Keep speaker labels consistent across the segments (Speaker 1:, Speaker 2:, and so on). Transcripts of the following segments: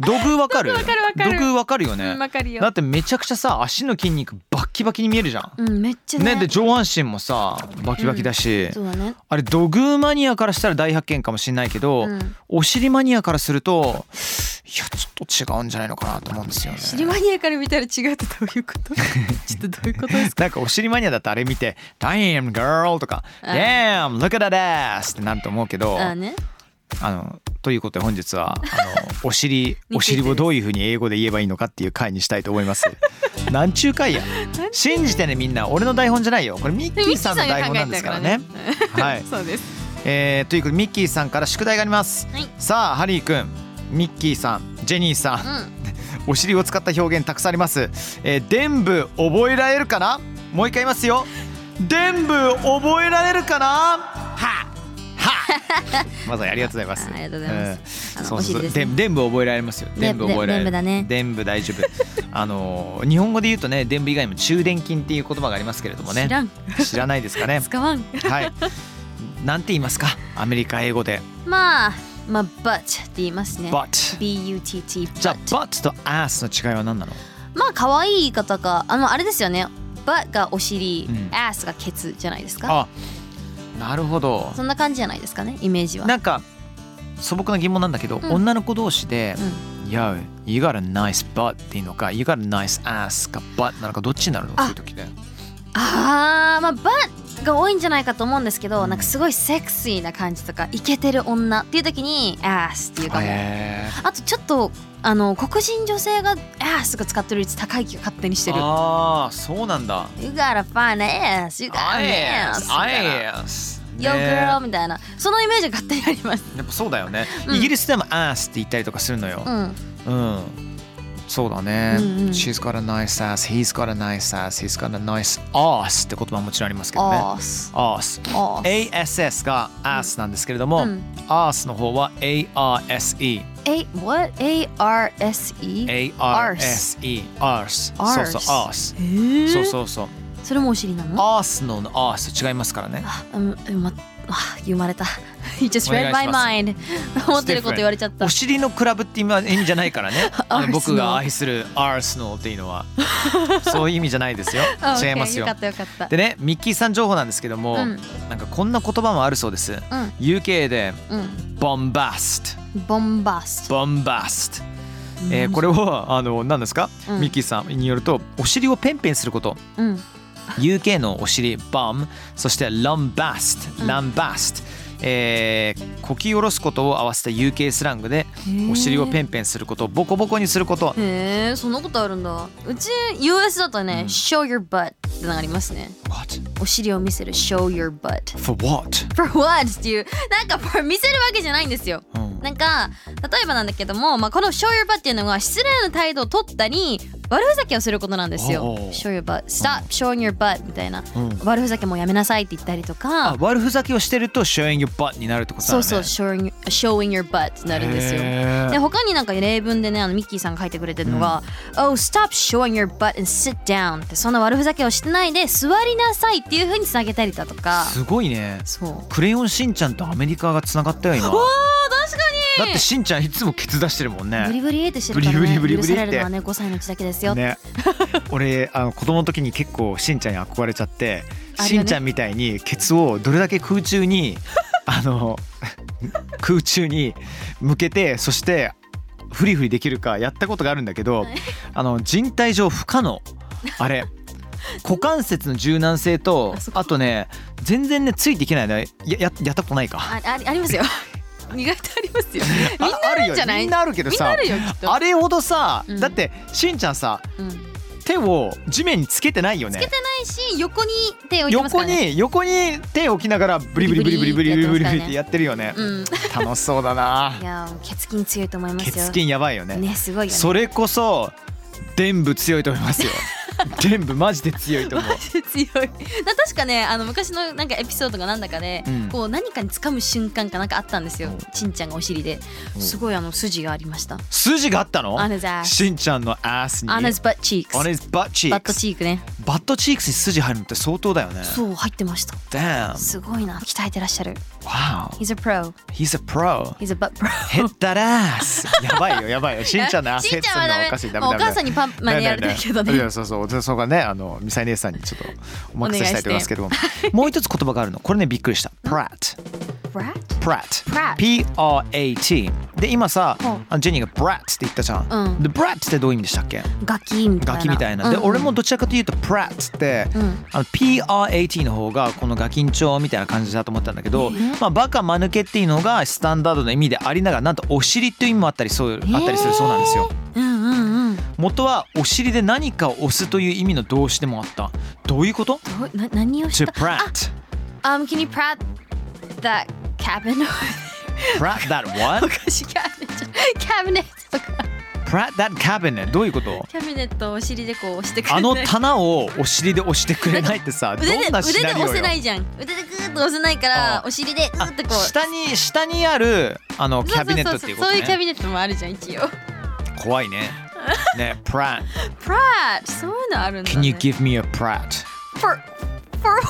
Speaker 1: 土偶わかる土偶わかるよね、
Speaker 2: かる
Speaker 1: だってめちゃくちゃさ足の筋肉バッキバキに見えるじゃん、
Speaker 2: うんめっちゃね
Speaker 1: ねで上半身もさバキバキだし、
Speaker 2: そうだね
Speaker 1: あれ土偶マニアからしたら大発見かもしれないけど、
Speaker 2: うん
Speaker 1: お尻マニアからするといやちょっと違うんじゃないのかなと思うんですよね。
Speaker 2: 尻マニアから見たら違うってどういうこ とちょっとどういうことですか
Speaker 1: なんかお尻マニアだとあれ見て「Damn girl」とか「
Speaker 2: うん
Speaker 1: Damn look at that ass」ってなると思うけど
Speaker 2: あね
Speaker 1: あのということで本日は あのお尻
Speaker 2: て
Speaker 1: お尻をどういうふうに英語で言えばいいのかっていう回にしたいと思います。なんちゅう回や信じてねみんな俺の台本じゃないよこれミッキーさんの台本なんですからね
Speaker 2: ミ。
Speaker 1: はい
Speaker 2: そうです
Speaker 1: えーということでミッキーさんから宿題があります、
Speaker 2: はい
Speaker 1: さあハリーくんミッキーさんジェニーさん、 お尻を使った表現たくさんあります、えー、伝部覚えられるかなもう一回言いますよ伝部覚えられるかなは はまさにありがとうございます
Speaker 2: あありがとうございま
Speaker 1: えー
Speaker 2: すあの
Speaker 1: そうそう
Speaker 2: お尻
Speaker 1: そう
Speaker 2: です
Speaker 1: で
Speaker 2: ね
Speaker 1: 伝部覚えられますよ
Speaker 2: で
Speaker 1: 伝部覚えられる
Speaker 2: で伝部だね
Speaker 1: 伝部大丈夫 あのー日本語で言うとね伝部以外にも中殿筋っていう言葉がありますけれどもね
Speaker 2: 知らん
Speaker 1: 知らないですか ね
Speaker 2: 使わん
Speaker 1: はい。なんて言いますか、アメリカ英語で。
Speaker 2: まあまあ butt って言いますね
Speaker 1: but。
Speaker 2: B-U-T-T
Speaker 1: じゃあ
Speaker 2: butt、
Speaker 1: but と ass の違いは何なの
Speaker 2: まあ可愛い言い方かあのあれですよね butt がお尻、
Speaker 1: うん
Speaker 2: ass がケツじゃないですか
Speaker 1: あ、なるほど。
Speaker 2: そんな感じじゃないですかねイメージは
Speaker 1: なんか、素朴な疑問なんだけど、
Speaker 2: うん
Speaker 1: 女の子同士で「Yo, you got a nice butt」っていうのか「You got a nice ass」か「butt」なのかどっちになるの
Speaker 2: あ
Speaker 1: そういう時で
Speaker 2: あーまあバンが多いんじゃないかと思うんですけどなんかすごいセクシーな感じとかイケてる女っていう時に「アース」っていうかも
Speaker 1: へ
Speaker 2: あとちょっとあの黒人女性が「アース」とか使ってる率高い気が勝手にして
Speaker 1: ー
Speaker 2: る「
Speaker 1: ああそうなんだ
Speaker 2: You got a fine ass You got an ass」
Speaker 1: I ass
Speaker 2: みたいな「Yo girl」
Speaker 1: ね
Speaker 2: みたいなそのイメージが勝手にあります
Speaker 1: やっぱそうだよね、
Speaker 2: うん
Speaker 1: イギリスでも「ass」って言ったりとかするのよ
Speaker 2: うん
Speaker 1: うん、そうだね、
Speaker 2: うんうん
Speaker 1: She's got a nice ass He's got a nice ass He's got a nice ass って言葉ももちろんあります
Speaker 2: 「
Speaker 1: けどね
Speaker 2: アース」
Speaker 1: ass
Speaker 2: 「アース」
Speaker 1: ASS が ass なんですけれども、
Speaker 2: うん
Speaker 1: ass の方は ARSE
Speaker 2: 「A what ARSE」
Speaker 1: ARSE arse そうそ
Speaker 2: Arse
Speaker 1: う arse
Speaker 2: えー
Speaker 1: そうそうそう
Speaker 2: それもお尻なの
Speaker 1: arse の arse 違いますからね
Speaker 2: あ、うん、うんま、あ、言われた。You just
Speaker 1: お願
Speaker 2: read
Speaker 1: いします
Speaker 2: my mind. 思ってること言われちゃった
Speaker 1: お。尻のクラブって意味は意味じゃないから ねあの
Speaker 2: Arsenal
Speaker 1: 僕が愛する arse のっていう のはそういう意味じゃないですよ
Speaker 2: あ OK
Speaker 1: 違いますよ
Speaker 2: かったよかった。
Speaker 1: でねミッキーさん情報なんですけども、
Speaker 2: うん
Speaker 1: なんかこんな言葉もあるそうです、UK で
Speaker 2: うん。
Speaker 1: bombast
Speaker 2: ボンバースト。
Speaker 1: bombast えーこれをあの何ですか、
Speaker 2: うん
Speaker 1: ミッキーさんによるとお尻をペンペンすること
Speaker 2: うん。
Speaker 1: UK のお尻 bum そして lumbast lumbast、えーこき下ろすことを合わせた UK スラングでお尻をペンペンすることボコボコにすること
Speaker 2: へえ、そんなことあるんだ。うち US だとね、show your butt ってのがありますね。
Speaker 1: What?
Speaker 2: お尻を見せる show your butt。
Speaker 1: For what?
Speaker 2: for what っていうなんか for 見せるわけじゃないんですよ。
Speaker 1: うん
Speaker 2: なんか例えばなんだけども、まあ、この「show your butt」っていうのは失礼な態度を取ったり悪ふざけをすることなんですよ
Speaker 1: おう。
Speaker 2: show your butt stop showing your butt みたいな、
Speaker 1: ん
Speaker 2: 悪ふざけもやめなさいって言ったりと
Speaker 1: あ
Speaker 2: か
Speaker 1: 悪ふざけをしてると showing your butt になるってことだ
Speaker 2: そ
Speaker 1: よ
Speaker 2: う
Speaker 1: ね
Speaker 2: そう showing, showing your butt になるんですよ。
Speaker 1: へー
Speaker 2: で他になんか例文でねあのミッキーさんが書いてくれてるのが「Oh stop showing your butt and sit down」ってそんな悪ふざけをしてないで座りなさいっていうふうにつなげたりだとか
Speaker 1: すごいね
Speaker 2: そう
Speaker 1: クレヨンしんちゃんとアメリカがつながったよ今
Speaker 2: おー確かに
Speaker 1: だってしんちゃんいつもケツ出してるもん
Speaker 2: ブリ
Speaker 1: ね
Speaker 2: ブリってしてるからね
Speaker 1: ブリブリブリブリって
Speaker 2: 許されるのはね5歳のうちだけですよ、
Speaker 1: ね俺あの子供の時に結構しんちゃんに憧れちゃって、
Speaker 2: あるよね
Speaker 1: しんちゃんみたいにケツをどれだけ空中に あの空中に向けてそしてフリフリできるかやったことがあるんだけど、あの人体上不可能あれ股関節の柔軟性と
Speaker 2: あそこ
Speaker 1: あとね全然ねついていけないねやややったことないか
Speaker 2: あありあ りますよ意外とありますよ
Speaker 1: あ
Speaker 2: みんなあるんじゃ
Speaker 1: あ
Speaker 2: な
Speaker 1: よ
Speaker 2: い
Speaker 1: みんなあるけど
Speaker 2: みんな
Speaker 1: さ
Speaker 2: あるよきっと
Speaker 1: あれほどさ、
Speaker 2: うん
Speaker 1: だってしんちゃんさ
Speaker 2: うん、つ
Speaker 1: 手を地面につけてないよね
Speaker 2: けてないし横に手を置いてますか
Speaker 1: 横
Speaker 2: らね
Speaker 1: に横に手を置きながらブリブリブリブリブリブリブリブリってやってるよね
Speaker 2: うん
Speaker 1: 楽しそうだない
Speaker 2: やー血筋強いと思います
Speaker 1: ケ
Speaker 2: よ
Speaker 1: ツ筋やばいよね
Speaker 2: ねすごいよね
Speaker 1: それこそ全部強いと思いますよ全部マジで強いと思う
Speaker 2: 強いな確かねあの昔のなんかエピソードがなんだかで、
Speaker 1: うん
Speaker 2: こう何かに掴む瞬間かなんかあったんですよちんちゃんがお尻ですごいあの筋がありました
Speaker 1: 筋があったの
Speaker 2: On his ass
Speaker 1: しんちゃんのアースに
Speaker 2: On his butt cheeks
Speaker 1: On his butt
Speaker 2: バット
Speaker 1: cheeks
Speaker 2: チークね
Speaker 1: バットチークスに筋入るのって相当だよね
Speaker 2: そう入ってました
Speaker 1: Damn
Speaker 2: すごいな鍛えてらっしゃる
Speaker 1: Wow
Speaker 2: He's a pro
Speaker 1: He's a pro
Speaker 2: He's a butt pro
Speaker 1: ヘッダラース やばいよやばいよしん ちゃんのアスヘ
Speaker 2: しん
Speaker 1: ッ
Speaker 2: ち
Speaker 1: ド
Speaker 2: ゃ
Speaker 1: す
Speaker 2: ん
Speaker 1: る
Speaker 2: は
Speaker 1: のは
Speaker 2: ダ
Speaker 1: おかしいダメダ
Speaker 2: メもうお
Speaker 1: メ
Speaker 2: 母さんにパンマンでやられてるけど
Speaker 1: いやいやい
Speaker 2: ね
Speaker 1: やそうそうそうそこがねあのミサイ姉さんにちょっとお任せしたいと思いますけども
Speaker 2: お願いして
Speaker 1: もう一つ言葉があるのこれねびっくりしたプラット
Speaker 2: Brat?
Speaker 1: プラット
Speaker 2: Prat
Speaker 1: P-R-A-T で今さ
Speaker 2: ほう
Speaker 1: あジェニーがプラットって言ったじゃん、
Speaker 2: うん
Speaker 1: でプラットってどういう意味でしたっけ
Speaker 2: ガキみたいな
Speaker 1: ガキみたいな、
Speaker 2: うん
Speaker 1: で俺もどちらかというとプラットって、
Speaker 2: うん
Speaker 1: あの PRAT の方がこのガキンチョみたいな感じだと思ったんだけど、まあ、バカ間抜けっていうのがスタンダードの意味でありながらなんとお尻っていう意味もあったりそうあったりするそうなんですよ。
Speaker 2: うんうんうんど
Speaker 1: 元はお尻で何かを押すという意味の動詞でもあったどういうこと
Speaker 2: うな何をし
Speaker 1: ?To
Speaker 2: た
Speaker 1: prat
Speaker 2: あ um, Can you prat that cabinet?
Speaker 1: prat that
Speaker 2: お
Speaker 1: what?
Speaker 2: かしい cabinet キャビ ネットとか
Speaker 1: prat that cabinet どういうこと
Speaker 2: キャビネットをお尻でこう押してくれな
Speaker 1: あ
Speaker 2: い
Speaker 1: の棚をお尻で押してくれないってさど
Speaker 2: 腕で
Speaker 1: んな
Speaker 2: 腕
Speaker 1: シ
Speaker 2: で
Speaker 1: ナリオ
Speaker 2: 押せ
Speaker 1: よ
Speaker 2: ないじゃん腕でグーッと押せないか
Speaker 1: あ
Speaker 2: ら
Speaker 1: あ
Speaker 2: お尻でグーッとこう
Speaker 1: あ下に下にあるあのキャビネットっていうこと
Speaker 2: そうそうそうそういうキャ
Speaker 1: ね
Speaker 2: ビネットもあるじゃん一応
Speaker 1: 怖い ねね prat
Speaker 2: プラットそういうのあるんだ、ね、
Speaker 1: can you give me a prat
Speaker 2: for, for what?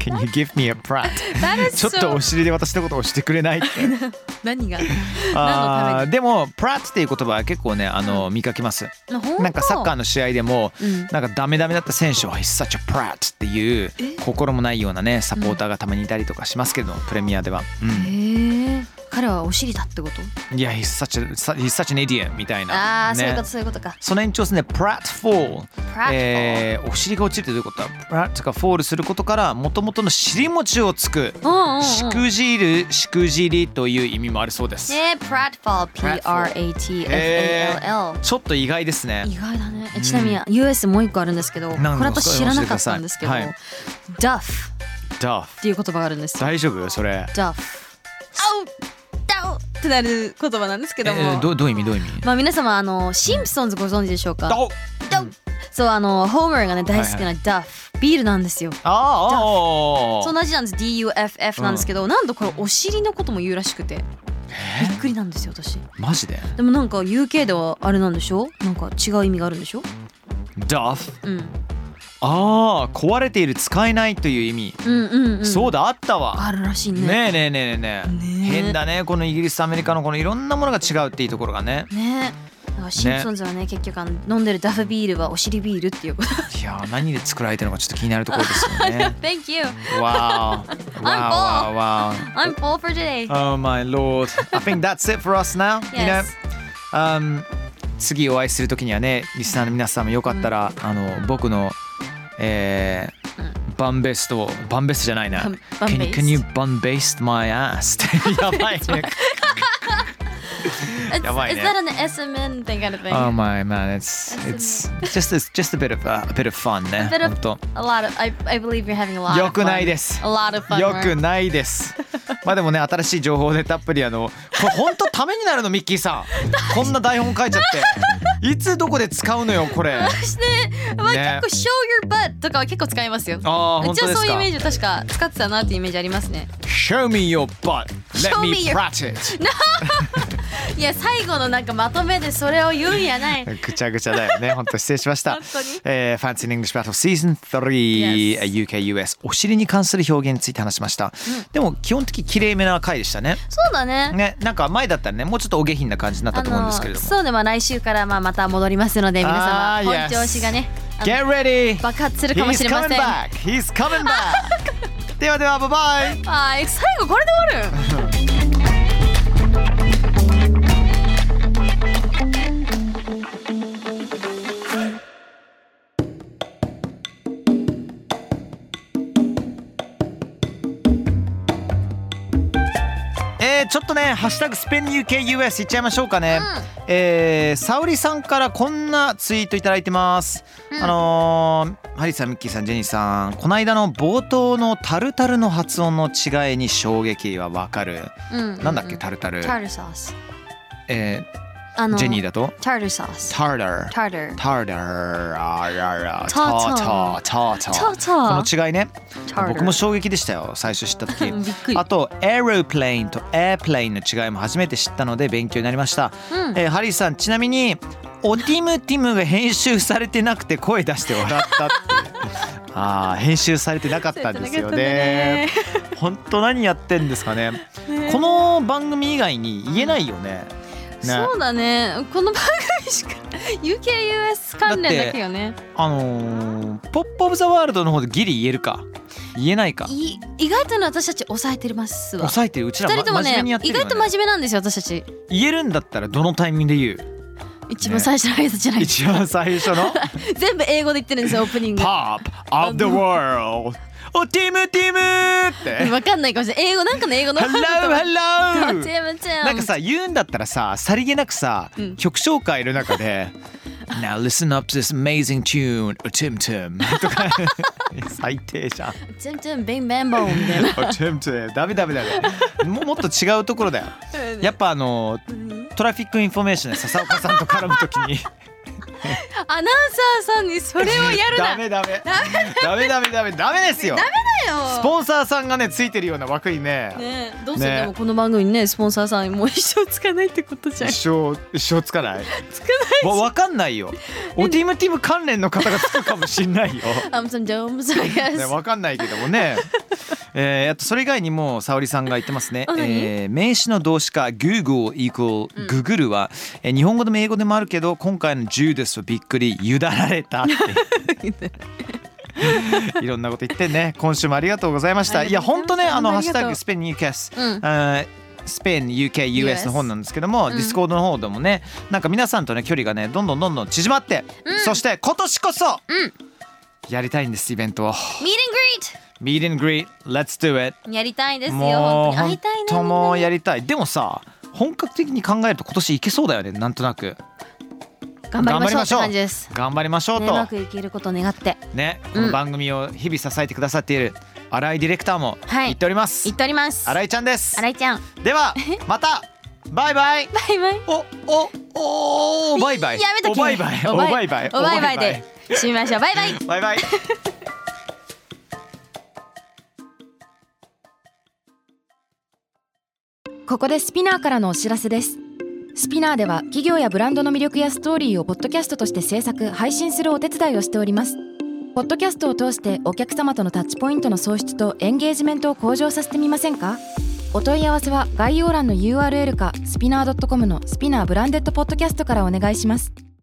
Speaker 1: Can you give me a prat?
Speaker 2: That is
Speaker 1: ちょっと
Speaker 2: so-
Speaker 1: お尻で私のことを押してくれないって。
Speaker 2: 何が
Speaker 1: あ
Speaker 2: 何のため
Speaker 1: ーでも、プラットっていう言葉は結構ね、あの見かけます。
Speaker 2: に本当
Speaker 1: なんかサッカーの試合でも、
Speaker 2: うん
Speaker 1: なんかダメダメだった選手は「He's such a prat」っていう心もないようなねサポーターがたまにいたりとかしますけど、プレミアでは、うん
Speaker 2: へえ彼はお尻だってこと
Speaker 1: いや、he's such a, he's such an idiot みたいな。
Speaker 2: ああー、そういうこと
Speaker 1: ね
Speaker 2: そういうことか
Speaker 1: その延長ですね、platfall。
Speaker 2: Pratfall
Speaker 1: えーお尻が落ちるってどういうことだ ?prat がフォールすることから、もともとの尻餅をつく。
Speaker 2: うんうん、うん、
Speaker 1: しくじる、しくじりという意味もあるそうです。
Speaker 2: えー、pratfall P-R-A-T-F-A-L-L、
Speaker 1: へーちょっと意外ですね。
Speaker 2: 意外だねえちなみに US もう一個あるんですけどこれ
Speaker 1: なんなんですか
Speaker 2: 私知らなかったんですけど、
Speaker 1: 教えて
Speaker 2: Duff
Speaker 1: ダ
Speaker 2: っていう言葉があるんですよ
Speaker 1: 大丈夫それ。
Speaker 2: Duff あうダウってなる言葉なんですけ
Speaker 1: え
Speaker 2: ども、
Speaker 1: ーどどういう意味どういう意味
Speaker 2: まあ皆様あのシンプソンズご存知でしょうか
Speaker 1: ダウ
Speaker 2: ダウそうあのホーマーがね大好き
Speaker 1: は
Speaker 2: な Duff ビールなんですよ
Speaker 1: ああああ
Speaker 2: そう同じなんです DUFF なんですけど、なんとこれお尻のことも言うらしくてびっくりなんですよ私
Speaker 1: マジで
Speaker 2: でもなんか UK ではあれなんでしょなんか違う意味があるんでしょ
Speaker 1: ダフ
Speaker 2: うん
Speaker 1: ああ壊れている使えないという意味、
Speaker 2: うんうんうん
Speaker 1: そうだあったわ
Speaker 2: あるらしいね
Speaker 1: ねえねえねえねえねえ
Speaker 2: ねえ
Speaker 1: 変だねこのイギリスとアメリカのこのいろんなものが違うっていうところがね
Speaker 2: ねだからシンプソンズはね結局あの飲んでるダフビールはお尻ビールっていうこと
Speaker 1: いやー何で作られてるのかちょっと気になるところですよ ね
Speaker 2: Thank you
Speaker 1: わあわあわ
Speaker 2: I'm Paul for today
Speaker 1: あ Oh my lord I think that's it for us now you know
Speaker 2: Yes
Speaker 1: um, 次お会いするときにはねリスナーの皆さんもよかったら、あの僕の、えーバンベストをバンベストじゃないな
Speaker 2: バンバン
Speaker 1: can you,
Speaker 2: ベー
Speaker 1: can you
Speaker 2: ス
Speaker 1: バンベスト my ass ってやばいね
Speaker 2: It's,
Speaker 1: やばい
Speaker 2: is
Speaker 1: ね
Speaker 2: that an SMN thing kind of thing?
Speaker 1: Oh my man it's it's just it's just a bit of a, a bit of fun ね
Speaker 2: bit of-
Speaker 1: 本当
Speaker 2: a lot of I, I believe you're having a lot
Speaker 1: よ
Speaker 2: of
Speaker 1: く
Speaker 2: fun
Speaker 1: ないです
Speaker 2: A lot of fun
Speaker 1: よく
Speaker 2: right?
Speaker 1: ないです まあでもね新しい情報でたっぷりあのこれ本当ためになるのミッキー さんこんな台本書いちゃっていつどこで使うのよこれあ
Speaker 2: そして、まあ、
Speaker 1: ね
Speaker 2: 結構 show your butt とかは結構使いますよ
Speaker 1: あー本
Speaker 2: うち
Speaker 1: 当
Speaker 2: は
Speaker 1: ですか
Speaker 2: そういうイメージを確か使ってたなっていうイメージありますね
Speaker 1: Show me your butt. Let
Speaker 2: Show
Speaker 1: me,
Speaker 2: me your-
Speaker 1: prat it.
Speaker 2: いや最後のなんかまとめでそれを言うんやない
Speaker 1: ぐちゃぐちゃだよね。本当失礼しました
Speaker 2: 本当に。
Speaker 1: えー、Fancy in English Battle Season 3、
Speaker 2: Yes
Speaker 1: UKUS お尻に関する表現について話しました。でも基本的に綺麗めな回でしたね。
Speaker 2: そうだね
Speaker 1: ね、なんか前だったらね、もうちょっとお下品な感じになったと思うんですけれども。
Speaker 2: そうでは来週からまあまた戻りますので皆
Speaker 1: あ
Speaker 2: 様
Speaker 1: ー
Speaker 2: 本調子がねあの
Speaker 1: Get ready!
Speaker 2: 爆発するかも
Speaker 1: He's
Speaker 2: しれませ
Speaker 1: coming
Speaker 2: ん
Speaker 1: back! He's coming back! ではでは、バイバイ
Speaker 2: はい最後これで終わる
Speaker 1: えー、ちょっとね、ハッシュタグスペン UKUS いっちゃいましょうかね。えー、沙織さんからこんなツイートいただいてます。あのーハリーさん、ミッキーさん、ジェニーさん、この間の冒頭のタルタルの発音の違いに衝撃はわかる。
Speaker 2: うん
Speaker 1: なんだっけ、タルタル。
Speaker 2: タルソース
Speaker 1: え
Speaker 2: あ
Speaker 1: ー、
Speaker 2: の
Speaker 1: ジェニーだと
Speaker 2: タルソース
Speaker 1: タルタル。
Speaker 2: タル
Speaker 1: タルタル、あらら、タ
Speaker 2: タ
Speaker 1: ー
Speaker 2: ー
Speaker 1: ター、タータ
Speaker 2: タータ
Speaker 1: こ
Speaker 2: ー
Speaker 1: の違いね。
Speaker 2: タル
Speaker 1: 僕も衝撃でしたよ最初知った時
Speaker 2: びっくり
Speaker 1: あとエロプレインとエアプレインの違いも初めて知ったので勉強になりました、
Speaker 2: うん
Speaker 1: えーハリーさんちなみにおティムティムが編集されてなくて声出して笑ったっていうあー編集されてなかったんですよね本当何やってんですかねこの番組以外に言えないよねね
Speaker 2: そうだねこの番組しか UKUS 関連だけよね
Speaker 1: あのーポップオブザワールドの方でギリ言えるか言えないか
Speaker 2: い意外とね私たち抑えてますわ
Speaker 1: 抑えてるうちら、
Speaker 2: 二人とも
Speaker 1: ま真面
Speaker 2: ね
Speaker 1: 目にやって
Speaker 2: 意
Speaker 1: るよ
Speaker 2: 外と真面目なんですよ私たち
Speaker 1: 言えるんだったらどのタイミングで言う
Speaker 2: 一番最初の挨拶じゃない
Speaker 1: 一番最初 の
Speaker 2: 全部英語で言ってるんですよオープニン
Speaker 1: 「
Speaker 2: グ
Speaker 1: Pop of the World」おティムティムって
Speaker 2: わかんないかもしれない英語なんかの英
Speaker 1: 「
Speaker 2: 語の
Speaker 1: Hello
Speaker 2: なん
Speaker 1: Hello」なんかさ言うんだったらささりげなくさ、
Speaker 2: ん
Speaker 1: 曲紹介の中で 「Now listen up to this amazing tune おティムティム」と か最低じゃん
Speaker 2: チェンチェンビンベンボンみたい
Speaker 1: 「
Speaker 2: な
Speaker 1: おティムティム」ダメダメダメももっと違うところだよやっぱあのトラフィックインフォメーションで笹岡さんと絡むときに
Speaker 2: アナウンサーさんにそれをやるな
Speaker 1: ダメダメダメダメダメダメですよス
Speaker 2: よ
Speaker 1: ポンサーさんがねついてるような枠にね
Speaker 2: ねえどうせ
Speaker 1: ねえ
Speaker 2: でもこの番組にねスポンサーさんもう一生つかないってこ とじゃん
Speaker 1: 一生一生つかない
Speaker 2: つか
Speaker 1: わわかんないよおティムティム関連の方がつくかもしん ないよ、
Speaker 2: ない I'm so dumb so I
Speaker 1: ね、
Speaker 2: guess
Speaker 1: わかんないけどもねえー、あとそれ以外にも沙織さんが言ってますね、
Speaker 2: あ何
Speaker 1: えー名詞の動詞化 Google イコール Google は、えー日本語でも英語でもあるけど今回の Judas はびっくり委だられたっていろんな こと言ってね今週もありがとうございました
Speaker 2: あ
Speaker 1: い
Speaker 2: り
Speaker 1: や
Speaker 2: がとう
Speaker 1: 本
Speaker 2: ご
Speaker 1: 当ね
Speaker 2: ざいます
Speaker 1: あの「ハッ
Speaker 2: あり
Speaker 1: シュ
Speaker 2: がとう
Speaker 1: タグスペインニューキャス」
Speaker 2: うん
Speaker 1: あースペイン UKUS
Speaker 2: US
Speaker 1: の本なんですけども、
Speaker 2: ん
Speaker 1: ディスコードの方でもねなんか皆さんとね距離がねどんどんどんどん縮まって、そして今年こそ、
Speaker 2: うん
Speaker 1: やりたいんですイベントを
Speaker 2: Meet and greet!
Speaker 1: Meet and greet Let's do it
Speaker 2: やりたいですよ
Speaker 1: も
Speaker 2: 本
Speaker 1: う
Speaker 2: 当に会
Speaker 1: 本
Speaker 2: いたいね
Speaker 1: 当
Speaker 2: みんなね
Speaker 1: もうやりたいでもさ本格的に考えると今年いけそうだよねなんとなく
Speaker 2: 頑張りましょうって感じです
Speaker 1: 頑張りましょう
Speaker 2: ねうま
Speaker 1: と
Speaker 2: くいけることを願って
Speaker 1: ね
Speaker 2: う
Speaker 1: こ
Speaker 2: ん
Speaker 1: の番組を日々支えてくださっている新井ディレクターも
Speaker 2: はい
Speaker 1: 言っております、
Speaker 2: 言っております
Speaker 1: 新井ちゃんです
Speaker 2: 新井ちゃん
Speaker 1: ではまたバイバイ
Speaker 2: バイバイ
Speaker 1: おおおバイバイ
Speaker 2: やめとけ
Speaker 1: おバイバイおバイバイ
Speaker 2: おバイバイで締めましょうバイバイ
Speaker 1: バイバイ
Speaker 3: ここでスピナーからのお知らせですスピナーでは企業やブランドの魅力やストーリーをポッドキャストとして制作配信するお手伝いをしておりますポッドキャストを通してお客様とのタッチポイントの創出とエンゲージメントを向上させてみませんかお問い合わせは概要欄の URL かスピナー .com のスピナーブランデッドポッドキャストからお願いします